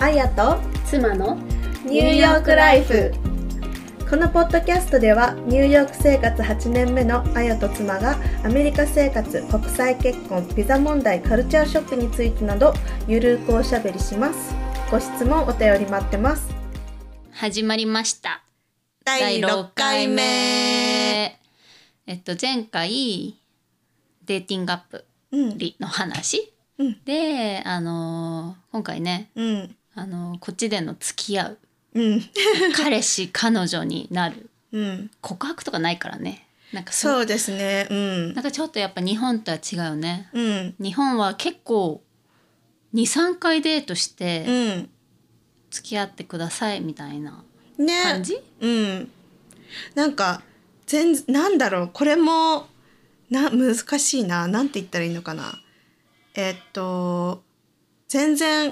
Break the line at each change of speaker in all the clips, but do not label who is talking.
あやと
妻の
ニューヨークライフこのポッドキャストではニューヨーク生活8年目のあやと妻がアメリカ生活国際結婚ビザ問題カルチャーショックについてなどゆるくおしゃべりしますご質問お便り待ってます
始まりました
第6回目
えっと前回デーティングアップ
うん
リの話、
うん
であのー今回ね
うん
あのーこっちでの付 き合う
うん
彼氏彼女になる
うん
告白とかないからねなんかそう
そうですねうん
なんかちょっとやっぱ日本とは違うよね
うん
日本は結構23回デートして、
うん
付き合ってくださいみたいな
ね
感じ、
うん、なんか全然なんだろうこれもな難しいななんて言ったらいいのかなえっと全然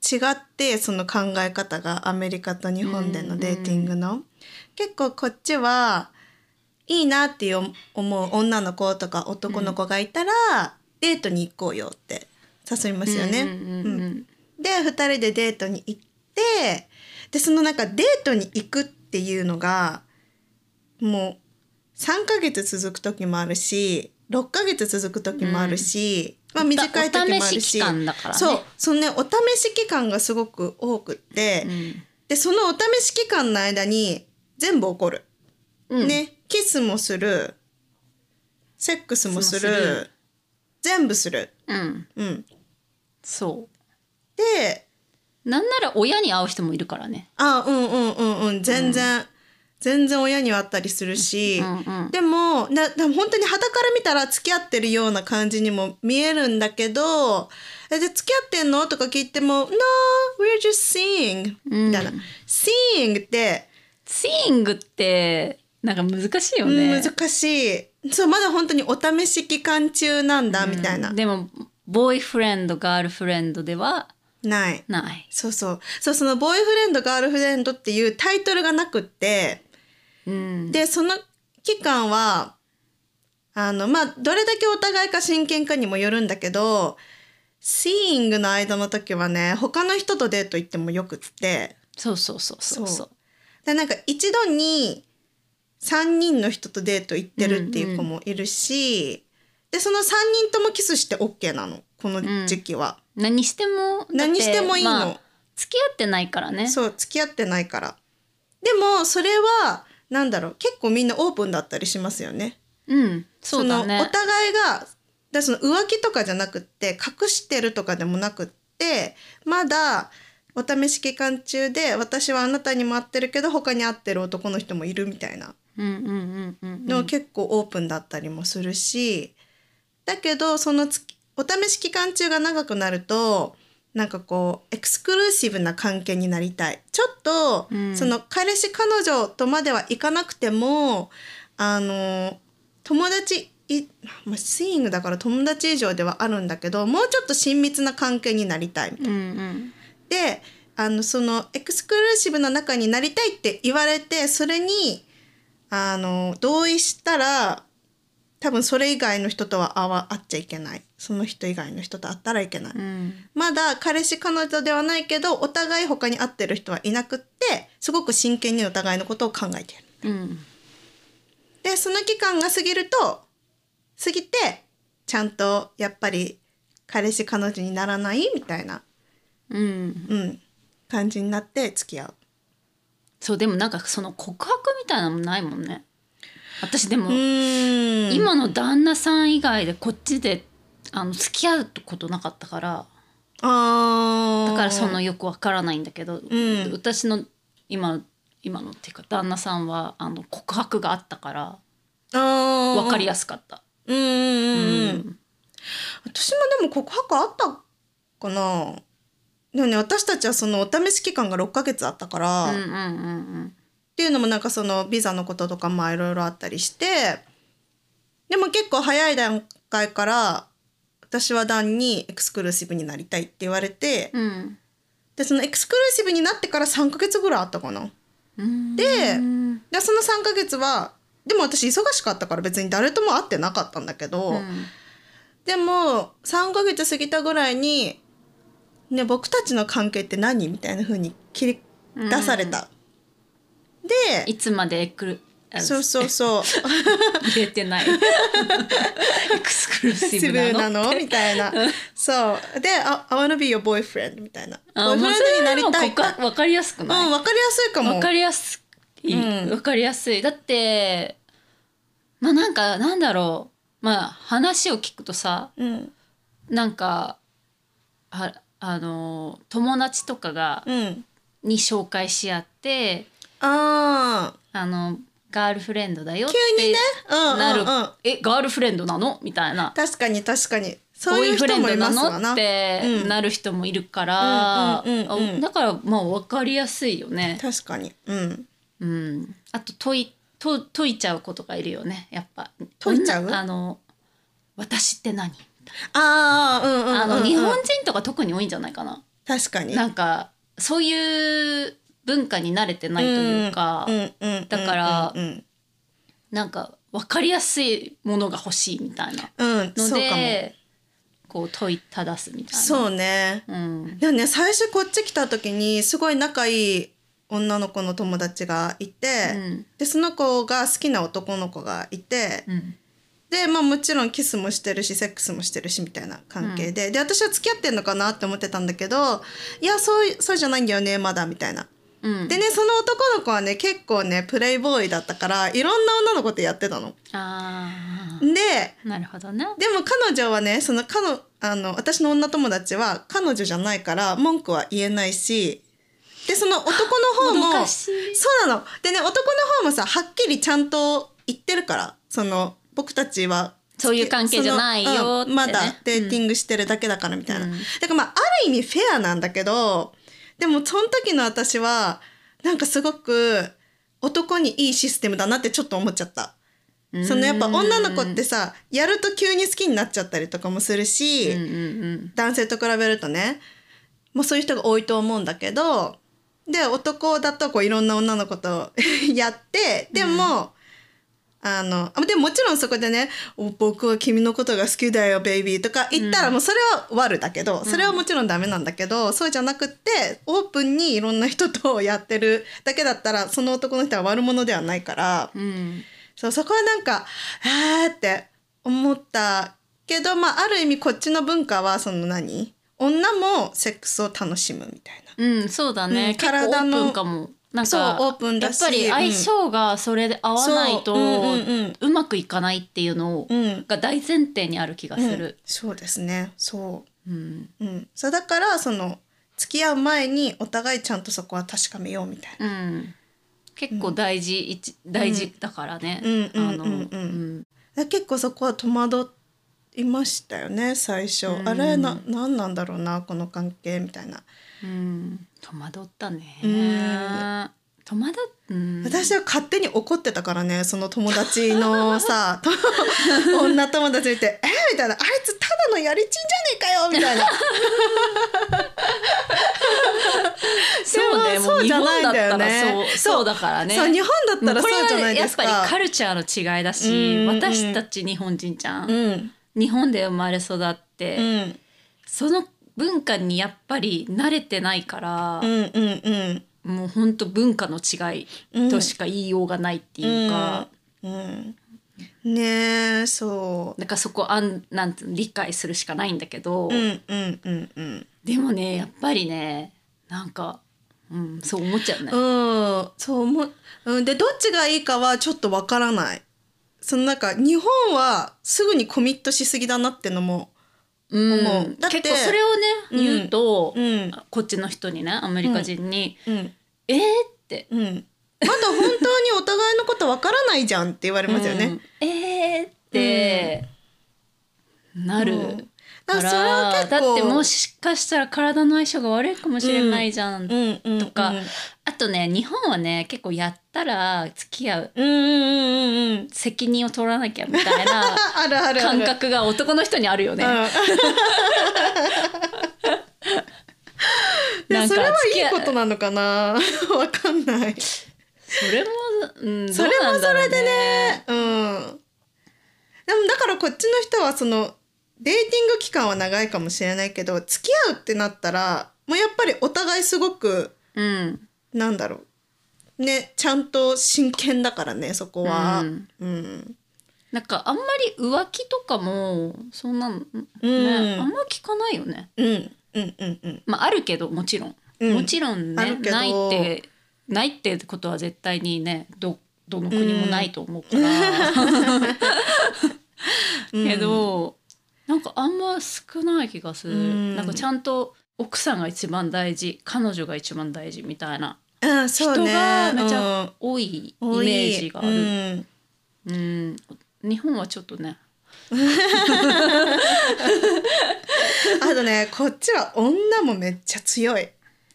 違ってその考え方がアメリカと日本でのデーティングの、結構こっちはいいなっていう思う女の子とか男の子がいたら、デートに行こうよって誘いますよね。
うんうんうんうん
で2人でデートに行ってでそのなんかデートに行くっていうのがもう3ヶ月続く時もあるし6ヶ月続く時もあるし、まあ短い時もあ
お
る
試し
し
期間だからね
そうそのねお試し期間がすごく多くって、でそのお試し期間の間に全部起こる、
うんうん
ねキスもするセックスもする
キスもする
全部する、
うん
うん、
そ
で
うなんなら親に会う人もいるからね
あうんうんうんうん全然、全然親にはあったりするし、
うんうん
でもなでも本当に傍から見たら付き合ってるような感じにも見えるんだけど「えで付き合ってんの?」とか聞いても「No we're just seeing」みたいな「seeing」って
シーイングってなんか難しいよね
難しい、そうまだ本当にお試し期間中なんだみたいな、
でもボーイフレンドガールフレンドでは
ない
ない、
そうそうそうその「ボーイフレンドガールフレンド」っていうタイトルがなくって。
うん、
でその期間はあのまあどれだけお互いか真剣かにもよるんだけどシーイングの間の時はね他の人とデート行ってもよくって
そうそうそうそうそう
でなんか一度に3人の人とデート行ってるっていう子もいるし、でその3人ともキスして OK なのこの時期は、
何してもだって
何してもいいの
まあ付き合ってないからね
そう付き合ってないからでもそれはなんだろう結構みんなオープンだったりしますよね
うんそうだね
そのお互いがだその浮気とかじゃなくって隠してるとかでもなくってまだお試し期間中で私はあなたにも会ってるけど他に会ってる男の人もいるみたいな
うんうんうんうんうん
の結構オープンだったりもするし、だけどそのつきお試し期間中が長くなるとなんかこうエクスクルーシブな関係になりたいちょっと、
うん
その彼氏彼女とまではいかなくてもあの友達いまあシーイングだから友達以上ではあるんだけどもうちょっと親密な関係になりたいみたいな
うんうん
であのそのエクスクルーシブな中になりたいって言われてそれにあの同意したら多分それ以外の人とは会わ会っちゃいけないその人以外の人と会ったらいけない、
うん
まだ彼氏彼女ではないけどお互い他に会ってる人はいなくってすごく真剣にお互いのことを考えている
うん
でその期間が過ぎると過ぎてちゃんとやっぱり彼氏彼女にならないみたいな、
うん、
うん、感じになって付き合う
そうでもなんかその告白みたいなのもないもんね私でも、
うん
今の旦那さん以外でこっちであの付き合うってことなかったから
あー
だからそのよくわからないんだけど、
ん
私の今今のっていうか旦那さんはあの告白があったからわ
わ
かり
や
やすかった。
すうんうん
う
うん、うん、私もでも告白あったかなでもね私たちはそのお試し期間が6ヶ月あったから、
うんう
っ
んうん
ていうのもなんかそのビザのこととかまあいろいろあったりしてでも結構早い段階から私は段にエクスクルーシブになりたいって言われて、
うんうん
でそのエクスクルーシブになってから3ヶ月ぐらいあったかな。
うん
で
うん
でその3ヶ月はでも私忙しかったから別に誰とも会ってなかったんだけど、
うん
でも3ヶ月過ぎたぐらいにね、僕たちの関係って何みたいな風に切り
うん
出された。で
いつまでくるあ
そうそう そう
言え てないエクスクルー
シ
シブ
ブな
なの
のみたいなそうで「あ I wanna be your boyfriend」みたいな「
あもうそ
boyfriend にな
れ
り
はもう
たい
告
か
白わかりやすく」
うん
ない
分かりやすいかも
わかりやすい、
うん
わかりやすいだってまあなんかなんだろうまあ話を聞くとさ
うん
なんかああの友達とかが、
うん
に紹介し合って
ああ
あのガールフレンドだよっ
急に
て
ねうんうん
なる、
うん
えガールフレンドなのみたいな
確かに確かにそ
ボ
う
ー
いう
イ
人
フレン
も
ド
いま
な
すわ
の
な
って
うん
なる人もいるから、
うんうんうんうん
あだからまあ分かりやすいよね。
確かにうん
うん、あと解いと解いちゃうことがいるよねやっぱ
解いちゃう
あの私って何、
ああうんうんうん、うん、
あの日本人とか特に多いんじゃないかな
確かに
なんかそういう文化に慣れてないというか、
んんうんうん
だから
うん
なんか分かりやすいものが欲しいみたいな
うん、うん
の
そうかも
でこう問いただすみたいな
そうね
うん
でもね最初こっち来た時にすごい仲いい女の子の友達がいて、
うん
でその子が好きな男の子がいて、
うん
で、まあ、もちろんキスもしてるしセックスもしてるしみたいな関係で、で私は付き合ってんのかなって思ってたんだけどいやそういそうじゃないんだよねまだみたいな。
うん、
でねその男の子はね結構ねプレイボーイだったからいろんな女の子とやってたの。
あ
で
あなるほどね。
でも彼女はねその彼のあの私の女友達は彼女じゃないから文句は言えないしでその男の方
もど
も
かしい
そうなのでね男の方もさはっきりちゃんと言ってるからその僕たちは
そういう関係じゃないよ
その
ってね
まだデーティングしてるだけだからみたいな、
うん
だからまあある意味フェアなんだけどでもその時の私はなんかすごく男にいいシステムだなってちょっと思っちゃった。そのやっぱ女の子ってさやると急に好きになっちゃったりとかもするし、
うんうんうん
男性と比べるとね、まあ、そういう人が多いと思うんだけどで男だとこういろんな女の子と やってでも、あのあでももちろんそこでね「お僕は君のことが好きだよベイビー」とか言ったらもうそれは悪だけど、それはもちろんダメなんだけど、そうじゃなくってオープンにいろんな人とやってるだけだったらその男の人は悪者ではないから。
うん
そうそこはなんかあーって思ったけど、まあ、ある意味こっちの文化はその何女もセックスを楽しむみたいな。
うん、そうだ
うん
ね、結構
体の
オープンかもなんか
そうオープンだし
やっぱり相性がそれで合わないと、
そう
う
うんうん
まくいかないっていうのを、
うん、うん
が大前提にある気がする、
そうですねそ
うん
う,、うん、そうだからその付き合う前にお互いちゃんとそこは確かめようみたいな。
うん結構大事、一大事だからね、
うんうん
あの、
うんうん
うん
だから結構そこは戸惑いましたよね最初、
うん
あれな何なんだろうなこの関係みたいな。
うん戸惑ったね、
うん
戸惑っ、うん、
私は勝手に怒ってたからねその友達の さと女友達見て「えみたいな「あいつただのやりちんじゃねえかよ」みた いな
そうね
でも
もう
そう
日
じゃ
本
ないん
だっ
だよ
た
ね
らそうそうだからね
そう日本だったら
これ
そうじゃな
はいや
で
っ
す
ぱ
か。
りカルチャーの違いだ
う
し、
んうんうん
私たち日本人じゃん、
うん
日本で生まれ育って、
うん
その文化にやっぱり慣れてないから
う、んうんうん
もう本当文化の違いとしか言いようがないっていうか、
うんねえそう
だからそこあんなんていうの理解するしかないんだけど、
うんうんうんうん
でもねやっぱりねなんか、うん、そう思っちゃうね。
うんそう思う、うん、でどっちがいいかはちょっとわからないそのなんか日本はすぐにコミットしすぎだなってのも
うん
思うだって
結構それをね
うん
言うと、
うん
こっちの人にねアメリカ人に
うん
「えー、って
うん、まだ本当にお互いのことわからないじゃんって言われますよね。
うんえー、って、なる。
うん
か
だからそれ
ら
は結構
だってもしかしたら体の相性が悪いかもしれないじゃん、
うんうん
とか
うん
あとね日本はね結構やったら付き合う
うんうんうんうん
責任を取らなきゃみたいな
ああるあるあ
感
る。
覚が男の人にあるよね。
うんい
な
や
んか
それはい
付き合
いことなのかな わかんない。
それも、うん、
それも
どうなんだろう
うん。でもだからこっちの人はそのデーティング期間は長いかもしれないけど付き合うってなったらもうやっぱりお互いすごく
うん
なんだろうねちゃんと真剣だからねそこは。
うん
うん
なんかあんまり浮気とかもそんなの、ね
うん
あんま聞かないよね
うんうんうんうん
まああるけどもちろん、
うん
もちろん
あ
ね
るけど
ないってないってことは絶対にねどどの国もないと思う から、
うん
けどなんかあんま少ない気がする、
うん
なんかちゃんと奥さんが一番大事彼女が一番大事みたいな
うんそうね
人がめちゃ多いイメ
うん
ージがある、
多い
うん日本はちょっとね
うんあとねこっちは女もめっちゃ強い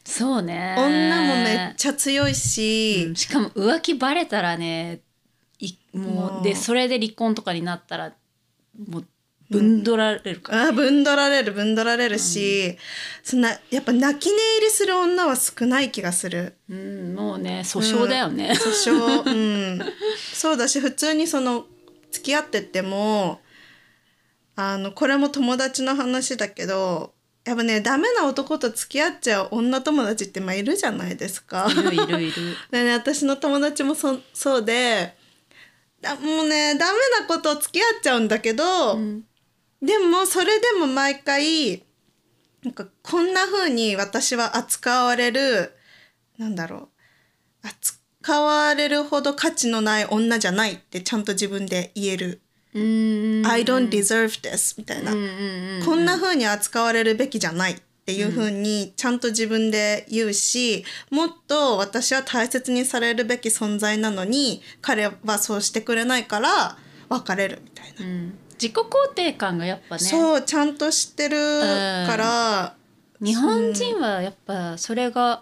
そうね
女もめっちゃ強いし、
うんしかも浮気バレたらねいも
も
う
う
でそれで離婚とかになったらもうぶんどられるから、
あぶんどられるぶんどられるし、そんなやっぱ泣き寝入りする女は少ない気がする
うんもうね訴訟だよね、
訴訟うんそうだし普通にその付き合ってってもあのこれも友達の話だけどやっぱねダメな男と付き合っちゃう女友達ってまあいるじゃないですか。
いるいるいる
でね私の友達もそそうでだもうねダメなこと付き合っちゃうんだけど、
ん
でもそれでも毎回なんかこんな風に私は扱われるなんだろう扱われるほど価値のない女じゃないってちゃんと自分で言える
う
「
ん
I don't deserve this」みたいな、
うんうんうん
こんな風に扱われるべきじゃないっていう風にちゃんと自分で言うし、もっと私は大切にされるべき存在なのに彼はそうしてくれないから別れるみたいな、
うん自己肯定感がやっぱね
そうちゃんと知ってるから、
日本人はやっぱそれが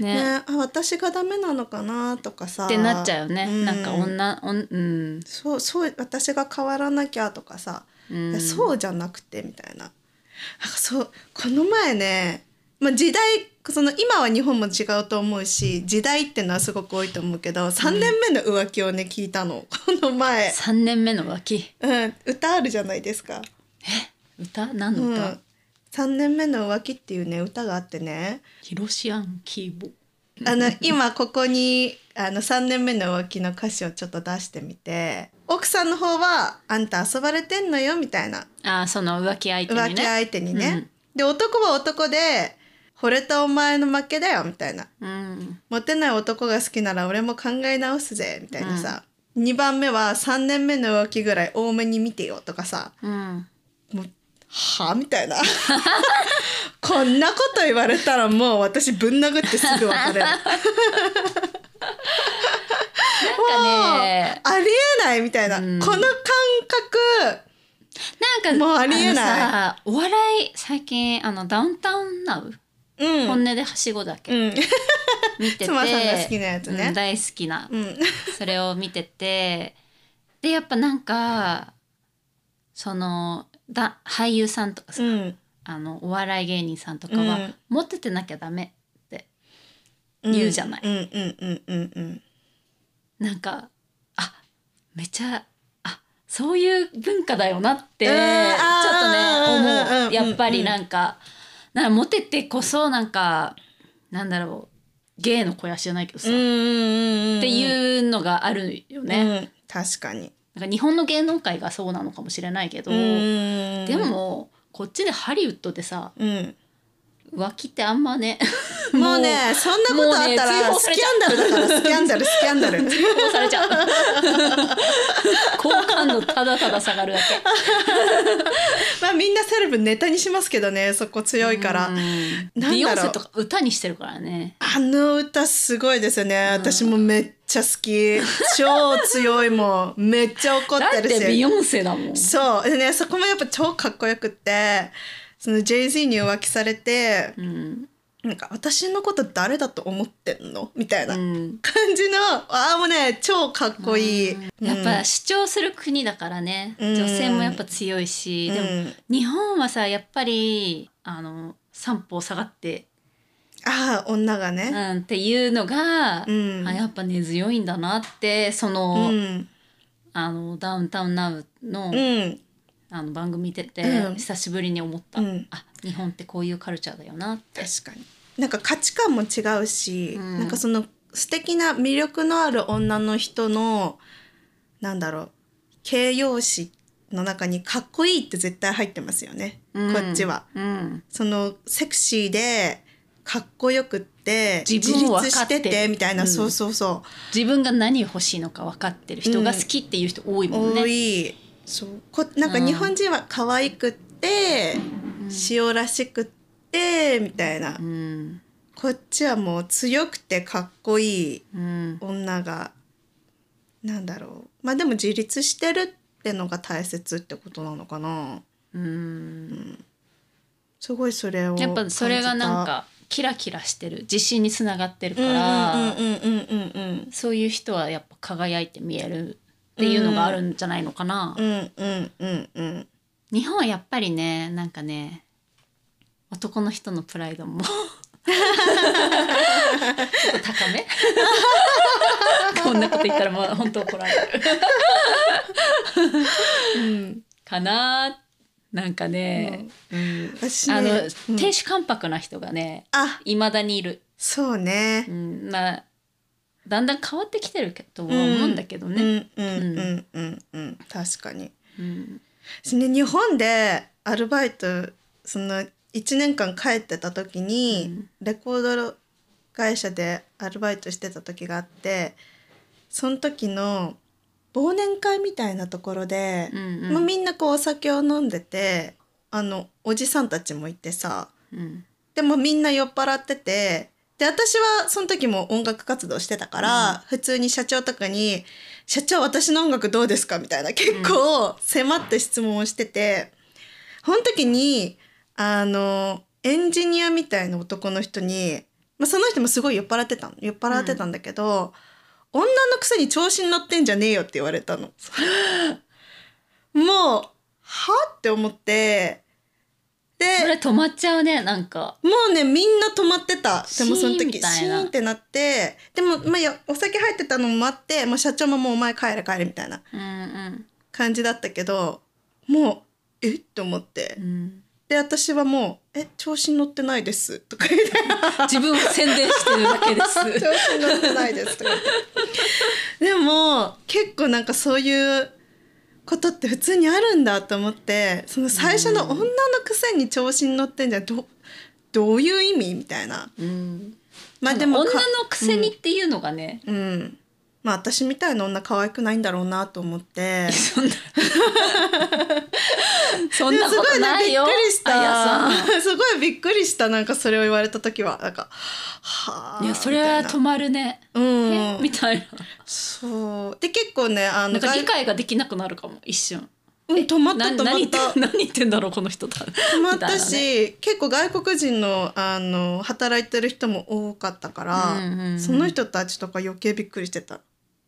ね
ね、あ私がダメなのかなとかさ
ってなっちゃうよね、
うん
なんか女おんうん
そうそう私が変わらなきゃとかさ、
うん
いやそうじゃなくてみたいななんかそうこの前ね、まあ、時代その今は日本も違うと思うし時代ってのはすごく多いと思うけど3年目の浮気をね聞いたの この前、
三年目の浮気
うん、歌あるじゃないですか。
歌何
う
の歌、
ん3年目の浮気っていうね歌があってね
ヒロシアンキーボ
あの今ここにあの3年目の浮気の歌詞をちょっと出してみて奥さんの方は「あんた遊ばれてんのよ」みたいな
あーその浮気相手
浮
に
気
ね
相手に
う
ね
ん。
で男は男で「惚れたお前の負けだよ」みたいな
うん
「モテない男が好きなら俺も考え直すぜ」みたいなさ、2番目は「3年目の浮気ぐらい多めに見てよ」とかさ
うん
「はあ?」みたいな こんなこと言われたらもう私ぶん殴ってすぐ別れる。
なんかね
ありえないみたいな、
うん
この感覚
なんか
もうありえない
あのさお笑い最近あのダウンタウンナウ、
うん
本音ではしごだけ
うん
見てて
妻さんが好きなやつね
うん大好きな
うん
それを見ててでやっぱなんかそのだ俳優さんとかさ、
うん
あのお笑い芸人さんとかは、
うん
モテてなきゃダメって
うん
言うじゃない
うんうんうんうんうん
なんかあめちゃあそういう文化だよなってち
う
ょ
ん
っと
あー
ね
うんうん
思
う
うんやっぱりなんかなんかモテてこそなんかなんだろう芸の肥やしじゃないけどさ、
うんう
っ
んうんうん
ていうのがあるよね、
うん、確かに
なんか日本の芸能界がそうなのかもしれないけど、
うん
でもこっちでハリウッドでさ
うん
浮気ってあん まね
もうねそんなことあった
もうね追
ら
放
ス
され
キ
ちゃ
ャンダルだからスキャンダルスキャンダル
もうされちゃう 好感度ただただ下がるだけ
まあみんなセレブネタにしますけどねそこ強いから
うん
なんだろう
ビヨンセとか歌にしてるからね
あの歌すごいですよね私もめっちゃ好き超強いもんめっちゃ怒っ
だ
て
っ
るして
ビヨンセだもん
そうでねそこもやっぱ超かっこよくってその JZ に浮気されて
うん
なんか私のこと誰だと思ってんのみたいな
う
感
ん
じの、ああもうね超かっこいい、
やっぱ
し、
主張する国だからね、
うん
女性もやっぱ強いし、で
う
も
ん
日本はさやっぱりあの三歩下がって、
ああ女が
う
ね、
ん、っていうのが、
うん
あやっぱ根強いんだなってその,、
うん
あのダウンタウンナウの
うん
あの番組見てて、
うん
久しぶりに思った、
うん
あ日本ってこういうカルチャーだよなって
確かになんか価値観も違うし、
うん
なんかその素敵な魅力のある女の人のなんだろう形容詞の中にかっこいいって絶対入ってますよね、
うん
こっちは。
うん
そのセクシーでかっこよくって
自分を分か
し
って
て
る
てみたいな、
うん
そうそうそ、
自分が何欲しいのか分かってる人が好きっていう人多いうもんね。
多いそうこなんか
うん
日本人は可愛くって、
うん
塩らしくってみたいな、
うん
こっちはもう強くてかっこいい
うん
女がなんだろうまあでも自立してるってのが大切ってことなのかな
うん
すごいそれを
やっぱそれがな
感
んかキラキラしてる自信につながってる
じ
か
た
ら、
うんうんうんうんうんうん
そういう人はやっぱ輝いて見えるっていうのがあるんじゃないのかな。
うんうんうんうん
日本はやっぱりねなんかね男の人のプライドもちょっと高 めこんなこと言ったらもう本当怒られる
うん
かななんかね、うん
私ね
あの、
うん
亭主関白な人がね
あ
いまだにいる、
そうね
う。んまあ、だんだん変わってきてるけどとは思うんだけど
う
ね、
んうんうんうんうん確かに。
うん
私ね日本でアルバイトその1年間帰ってた時に、レコード会社でアルバイトしてた時があってその時の忘年会みたいなところで、
うん
もうみんなこうお酒を飲んでてあのおじさんたちもいてさ
うん
でもみんな酔っ払っててで私はその時も音楽活動してたから、
うん
普通に社長とかに「社長私の音楽どうですか?」みたいな結構迫って質問をしてて、この時にあのエンジニアみたいな男の人に、まあ、その人もすごい酔っ払ってたの酔っ払ってたんだけど、女のくせに調子に乗ってんじゃねえよって言われた の。もうはって思ってで
それ止まっちゃうねなんか
もうねみんな止まってたでもその
シーン
時
み
シ
たいな
ーンってなってでも、まあ、やお酒入ってたのもあってもう社長ももうお前帰れ帰れみたいな
うんうん
感じだったけどもうえっと思って
うん
で私はもう「え調子に乗ってないです」とか言って
自分を宣伝してるだけ
「
で
調子に乗ってないです」とか言ってでも結構なんかそういうことって普通にあるんだと思ってその最初の女のくせに調子に乗ってんじゃんどどう いう意味みたいな。
す。うん、
まあで
で
も
も
か
女のくせにっていうのがね、
うん、まあ私みたいな女可愛くないんだろうなと思って。
そんな そんなこ
すご
と
い
な
び
い
っ
よ。
くりし
あや
た
さ ん。
すごいびっくりしたなんかそれを言われた時はなんかはあ
いやそれは
みた
止
いな
まるね。え
う
み
ん
たい
そうで結構ねあ
な。な
の
んか理
外
解ができなくなるかも一瞬。
うん止まった
な
止ま
何言
っ
って
た
何言ってんだろうこの人だ。
止まった
みい
し、結構外国人のあの働いてる人も多かったから、
なね、うんうんうん
その人たちとか余計びっくりしてた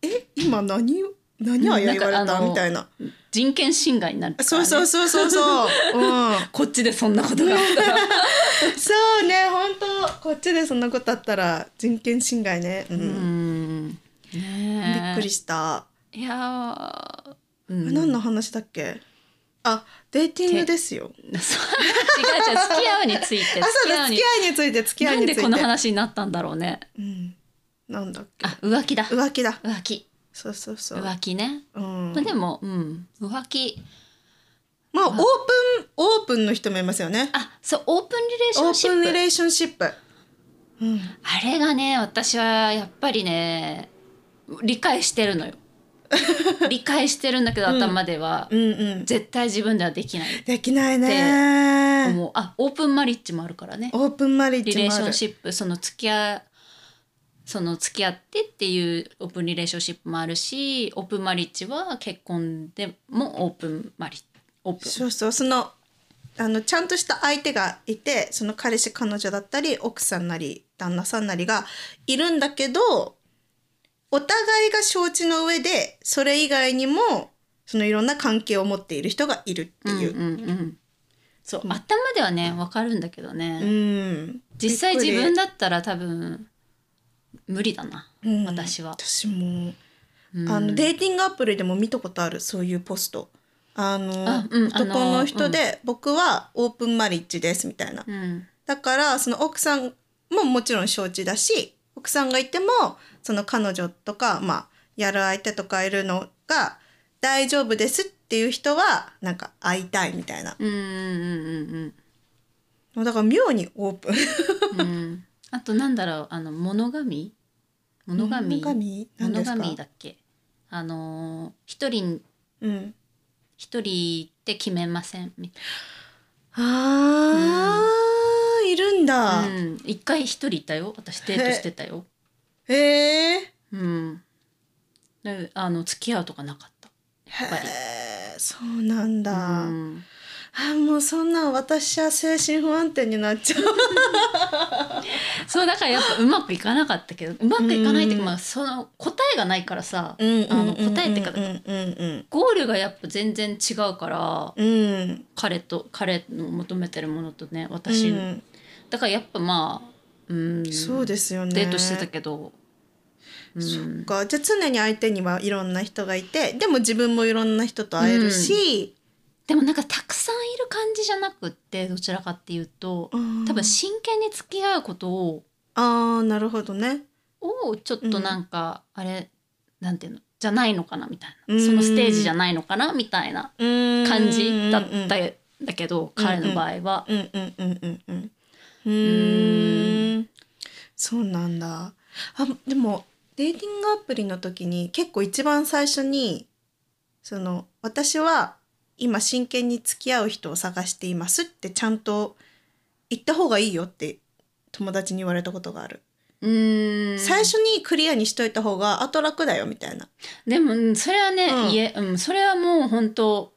え今何を何あや言わ
な
れ
んかあ
た
の
みたいな
人権侵害になるから、ね。
そうそうそうそうそう、うん
こっちでそんなことがあったら。
そうね本当こっちでそんなことあったら人権侵害ね、 うん
うん。ね
び
え
っくりした、
いやー、う
あ
ん
何の話だっけあデーティングですよ
そう違う違う付き合うについて
あそうだ付
に
き合いについて付き合
ないん
につ
で
いて
この話になったんだろうね
うん、なんだっけ
あ浮気だ
浮気だ
浮気
そうそうそう、
浮気ね、
うん、
まあでもうん浮気
まあオープンオープンの人もいますよね
あそうオープンリレーショ
オ
ンシ
ー
ッ
プン
プ
リレーションシップ、うん、
あれがね私はやっぱりね理解してるの よ理解してるんだけど頭では、
うんうん
絶対自分ではできない
できないね
思うあオープンマリッジもあるからね
オープンマリッ
リ
ジ
レー
もあ
ショ
る
ンシップその付き合いその付き合ってっていうオープンリレーションシップもあるしオープンマリッジは結婚でもオープンマリオープン
そうそうそのあのちゃんとした相手がいてその彼氏彼女だったり奥さんなり旦那さんなりがいるんだけどお互いが承知の上でそれ以外にもそのいろんな関係を持っている人がいるっていう。
うんうんうんそう、頭ではねわかるんだけど
う
ね、
ん
実際自分
だ、
だったら多分無理だな、
うん
私は
私も、
うん
あのデーティングアプリでも見たことあるそういうポストあの
あうん
男
あ
の
の
人で、僕はオープンマリッジですみたいな
うん
だからその奥さんももちろん承知だし奥さんがいてもその彼女とか、まあ、やる相手とかいるのが大丈夫ですっていう人はなんか会いたいみたいな
うんうん
だから妙にオープン
うんうんうんあとなんだろうあの物神物神
神何で
物
すか
神だっけあのー一人
うん、
一人って決めませんみたい
あー、いるんだ、
なうん一回一人いたよ私デートしてたよ
へえ
うんであの付き合うとかなかったやっぱり
へえそうなんだ、
うん
あもうそんなん私は精神不安定になっちゃう
そうだからやっぱうまくいかなかったけどうまくいかないっていう
うん
か、まあ、その答えがないからさ、
あ
あ
の
の
答
答
え
え
っ
ってて
か
か
うん
ゴールがやっぱ全然違うから
うんうん
彼と彼の求めてるものとね私、
うん
だからやっぱまあうん
そうですよね
デートしてたけど、うん、
そっかじゃあ常に相手にはいろんな人がいてでも自分もいろんな人と会えるし、
でもなんかたくさんいる感じじゃなくってどちらかっていうと
うん
多分真剣に付き合うことを
ああなるほどね
をちょっとなんか、あれなんていうのじゃないのかなみたいな、
うん
そのステージじゃないのかなみたいな
感
感じだったんだけど、
うんうん
彼の場合は。
うんうんうんうんうんうーんそうなんだあでもデーティングアプリの時に結構一番最初にその私は今真剣に付き合う人を探していますってちゃんと言った方がいいよって友達に言われたことがある、
うん
最初にクリアにしといた方が後楽だよみたいな
でもうんそれはね、
うん
いえ、うん、それはもう本当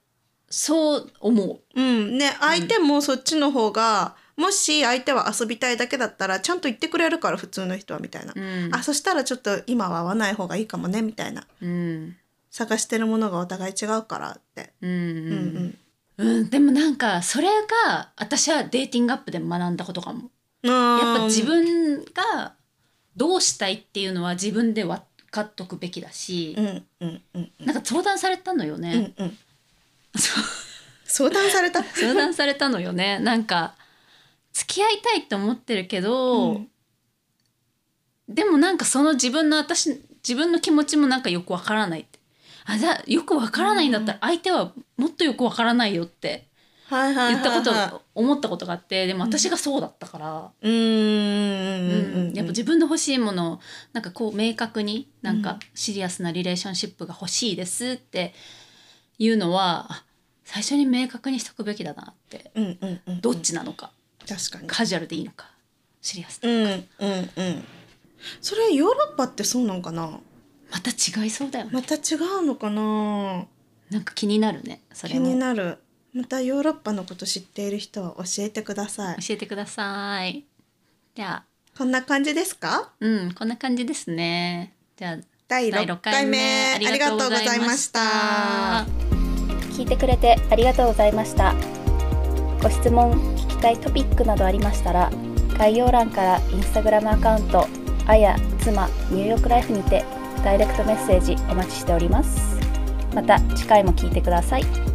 そう思
うんね相手もそっちの方が、もし相手は遊びたいだけだったらちゃんと言ってくれるから普通の人はみたいな
う、うん
あそしたらちょっと今は会わない方がいいかもねみたいな
うん
探してるものがお互い違うからって、
うんうん
うんうん
うんでもなんかそれが私はデーティングアップで学んだことかも
や
やっぱ自分がどうしたいっていうのは自分で分かっとくべきだし、
うんうんうんうん
なんか相談されたのよね、
うんうん相談された
相談されたの よねなんか付き合いたいって思ってるけど、
うん
でもなんかその自分の私自分の気持ちもなんかよくわからないってあじゃあよくわからないんだったら相手はもっとよくわからないよって
はいはいはいはい
言ったこと、思ったことがあってでも私がそうだったから、
うーんうんうん
うんやっぱ自分の欲しいものをなんかこう明確になんかシリアスなリレーションシップが欲しいですっていうのはあ最初に明確にしとくべきだなって
うんうんうん
どっちなのか、
確かに
カジュアルでいいのかシリアス
うんうんうんそれヨーロッパってそうなんかな
また違いそうだよね
また違うのかな
なんか気になるねそれ
気
も
に
教
なるまたヨーロッパのこと知っている人は教えてください
えてくださいじゃあ
こんな感じですか
うんこんな感じですねじゃあ
第
第
6
6
回
回
目
目
ありがとうございました
聞いてくれてありがとうございましたご質問聞きたいトピックなどありましたら概要欄からインスタグラムアカウントあや妻入浴ライフにてダイレクトメッセージお待ちしておりますまた次回も聞いてください